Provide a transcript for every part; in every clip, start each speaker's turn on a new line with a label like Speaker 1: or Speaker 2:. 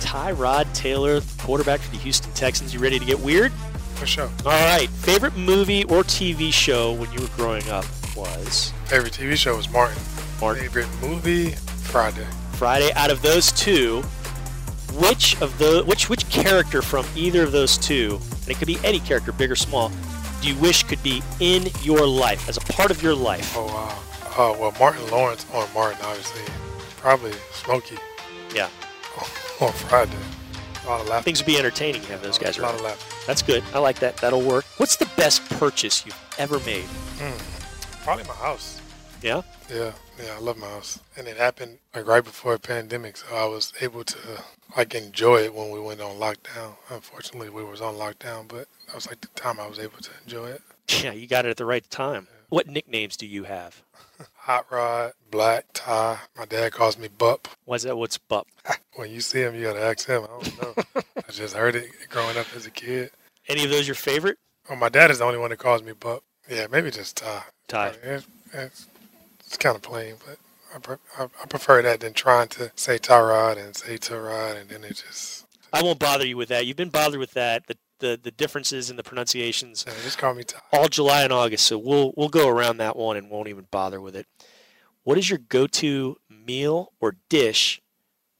Speaker 1: Tyrod Taylor, quarterback for the Houston Texans. You ready to get weird?
Speaker 2: For sure.
Speaker 1: All right. Favorite movie or TV show when you were growing up was
Speaker 2: Favorite TV show was Martin.
Speaker 1: Martin.
Speaker 2: Favorite movie Friday.
Speaker 1: Friday. Out of those two, which of the which which character from either of those two, and it could be any character, big or small, do you wish could be in your life as a part of your life?
Speaker 2: Oh wow. Oh well, Martin Lawrence on Martin, obviously. Probably Smokey
Speaker 1: Yeah,
Speaker 2: on Friday. A lot of laughing.
Speaker 1: things would be entertaining to have those guys
Speaker 2: A lot of
Speaker 1: around.
Speaker 2: laughing.
Speaker 1: That's good. I like that. That'll work. What's the best purchase you've ever made?
Speaker 2: Probably my house.
Speaker 1: Yeah.
Speaker 2: Yeah, yeah, I love my house, and it happened like right before a pandemic, so I was able to like enjoy it when we went on lockdown. Unfortunately, we was on lockdown, but that was like the time I was able to enjoy it.
Speaker 1: Yeah, you got it at the right time. What nicknames do you have?
Speaker 2: Hot rod, black tie. My dad calls me Bup.
Speaker 1: Why's that? What's Bup?
Speaker 2: When you see him, you gotta ask him. I don't know. I just heard it growing up as a kid.
Speaker 1: Any of those your favorite?
Speaker 2: Well, my dad is the only one that calls me Bup. Yeah, maybe just tie.
Speaker 1: Ty.
Speaker 2: It's, it's, it's kind of plain, but I, pre- I, I prefer that than trying to say Tyrod and say Tyrod, and then it just
Speaker 1: I won't bother you with that. You've been bothered with that. The the, the differences in the pronunciations
Speaker 2: Yeah, just call me Ty.
Speaker 1: all July and August. So we'll we'll go around that one and won't even bother with it. What is your go-to meal or dish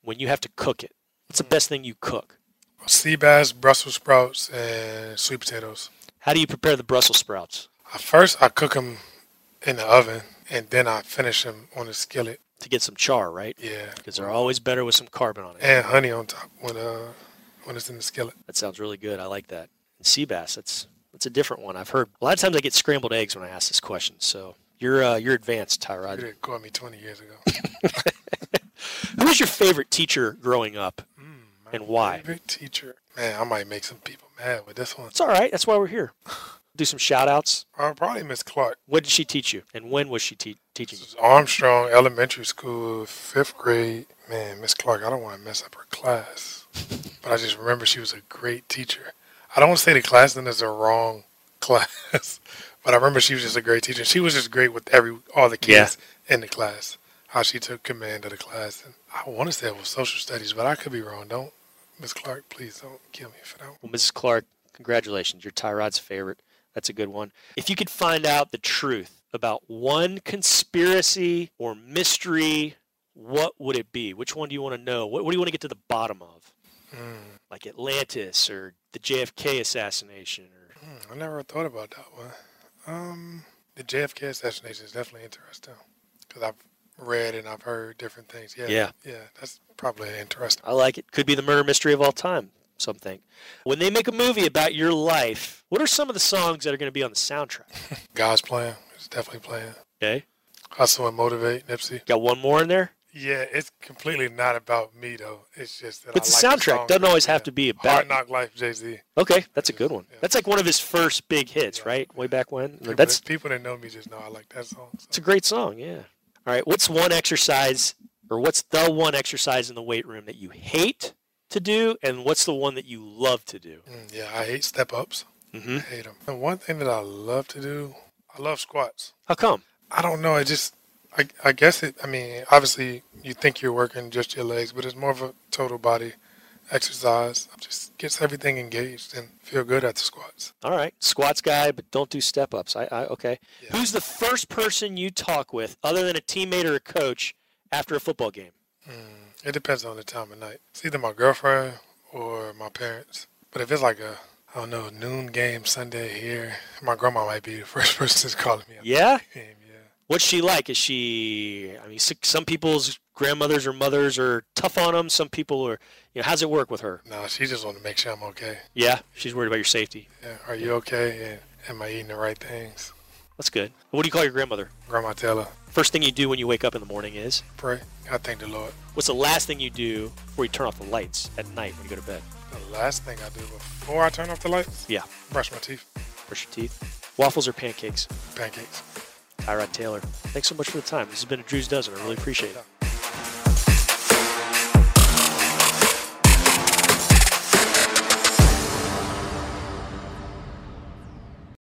Speaker 1: when you have to cook it? What's the best thing you cook?
Speaker 2: Sea bass, Brussels sprouts, and sweet potatoes.
Speaker 1: How do you prepare the Brussels sprouts
Speaker 2: I first I cook them in the oven, and then I finish them on the skillet.
Speaker 1: to get some char, right?
Speaker 2: Yeah,
Speaker 1: Because they're always better with some carbon on it.
Speaker 2: and honey on top when uh when it's in the skillet.
Speaker 1: That sounds really good. I like that. And sea bass, that's that's a different one. I've heard a lot of times I get scrambled eggs when I ask this question. So you're uh, you're advanced,
Speaker 2: You
Speaker 1: Tyrod.
Speaker 2: didn't call me 20 years ago.
Speaker 1: Who was your favorite teacher growing up, and why?
Speaker 2: Favorite teacher. Man, I might make some people mad with this one.
Speaker 1: It's all right. That's why we're here. Do some shout outs.
Speaker 2: Uh, probably Miss Clark.
Speaker 1: What did she teach you, and when was she te- teaching
Speaker 2: This
Speaker 1: you?
Speaker 2: is Armstrong Elementary School, fifth grade. Man, Miss Clark, I don't want to mess up her class, but I just remember she was a great teacher. I don't want to say the class then is a wrong class, but I remember she was just a great teacher. She was just great with every all the kids in the class. How she took command of the class, and I want to say it was social studies, but I could be wrong. Don't, Miss Clark, please don't kill me for that. One.
Speaker 1: Well, Mrs. Clark, congratulations. You're Tyrod's favorite. That's a good one. If you could find out the truth about one conspiracy or mystery, what would it be? Which one do you want to know? What, what do you want to get to the bottom of? Like Atlantis or the JFK assassination or
Speaker 2: Hmm, I never thought about that one. Um, the JFK assassination is definitely interesting because I've read and I've heard different things. Yeah,
Speaker 1: Yeah.
Speaker 2: yeah, that's probably interesting.
Speaker 1: I like it. Could be the murder mystery of all time, some think. When they make a movie about your life, what are some of the songs that are going to be on the soundtrack?
Speaker 2: God's plan is definitely playing.
Speaker 1: Okay.
Speaker 2: Hustle and motivate, Nipsey.
Speaker 1: Got one more in there?
Speaker 2: Yeah, it's completely not about me though. It's just that
Speaker 1: But the
Speaker 2: I like
Speaker 1: soundtrack
Speaker 2: song.
Speaker 1: doesn't always have
Speaker 2: Yeah.
Speaker 1: to be about
Speaker 2: Hard Knock Life, Jay Z.
Speaker 1: Okay, that's a good one.
Speaker 2: Yeah.
Speaker 1: That's like one of his first big hits,
Speaker 2: Yeah.
Speaker 1: right? Way back when. That's
Speaker 2: people that know me just know I like that song. so.
Speaker 1: it's a great song, yeah. All right, what's one exercise or what's the one exercise in the weight room that you hate to do and what's the one that you love to do?
Speaker 2: Mm, yeah, I hate step ups.
Speaker 1: Mhm.
Speaker 2: I hate them. And one thing that I love to do, I love squats.
Speaker 1: How come?
Speaker 2: I don't know. I just, I, I guess it. I mean, obviously, you think you're working just your legs, but it's more of a total body exercise. Just gets everything engaged and feel good at the squats.
Speaker 1: All right, squats guy, but don't do step ups. I, I okay.
Speaker 2: Yeah.
Speaker 1: Who's the first person you talk with other than a teammate or a coach after a football game?
Speaker 2: It depends on the time of night. It's either my girlfriend or my parents. But if it's like a, I don't know, noon game Sunday here, my grandma might be the first person that's calling me. after
Speaker 1: Yeah?
Speaker 2: the Game, yeah.
Speaker 1: What's she like? Is she? I mean, s- some people's grandmothers or mothers are tough on them. Some people are. You know, how's it work with her?
Speaker 2: No, she just want to make sure I'm okay.
Speaker 1: Yeah, she's worried about your safety.
Speaker 2: Yeah. Are you okay? And am I eating the right things?
Speaker 1: That's good. What do you call your grandmother?
Speaker 2: Grandma tell her,
Speaker 1: First thing you do when you wake up in the morning is
Speaker 2: pray. I thank the Lord.
Speaker 1: what's the last thing you do before you turn off the lights at night when you go to bed?
Speaker 2: The last thing I do before I turn off the lights,
Speaker 1: Yeah,
Speaker 2: brush my teeth,
Speaker 1: brush your teeth. Waffles or pancakes?
Speaker 2: pancakes.
Speaker 1: Tyrod Taylor. Thanks so much for the time. This has been a Drew's Dozen. I really appreciate it.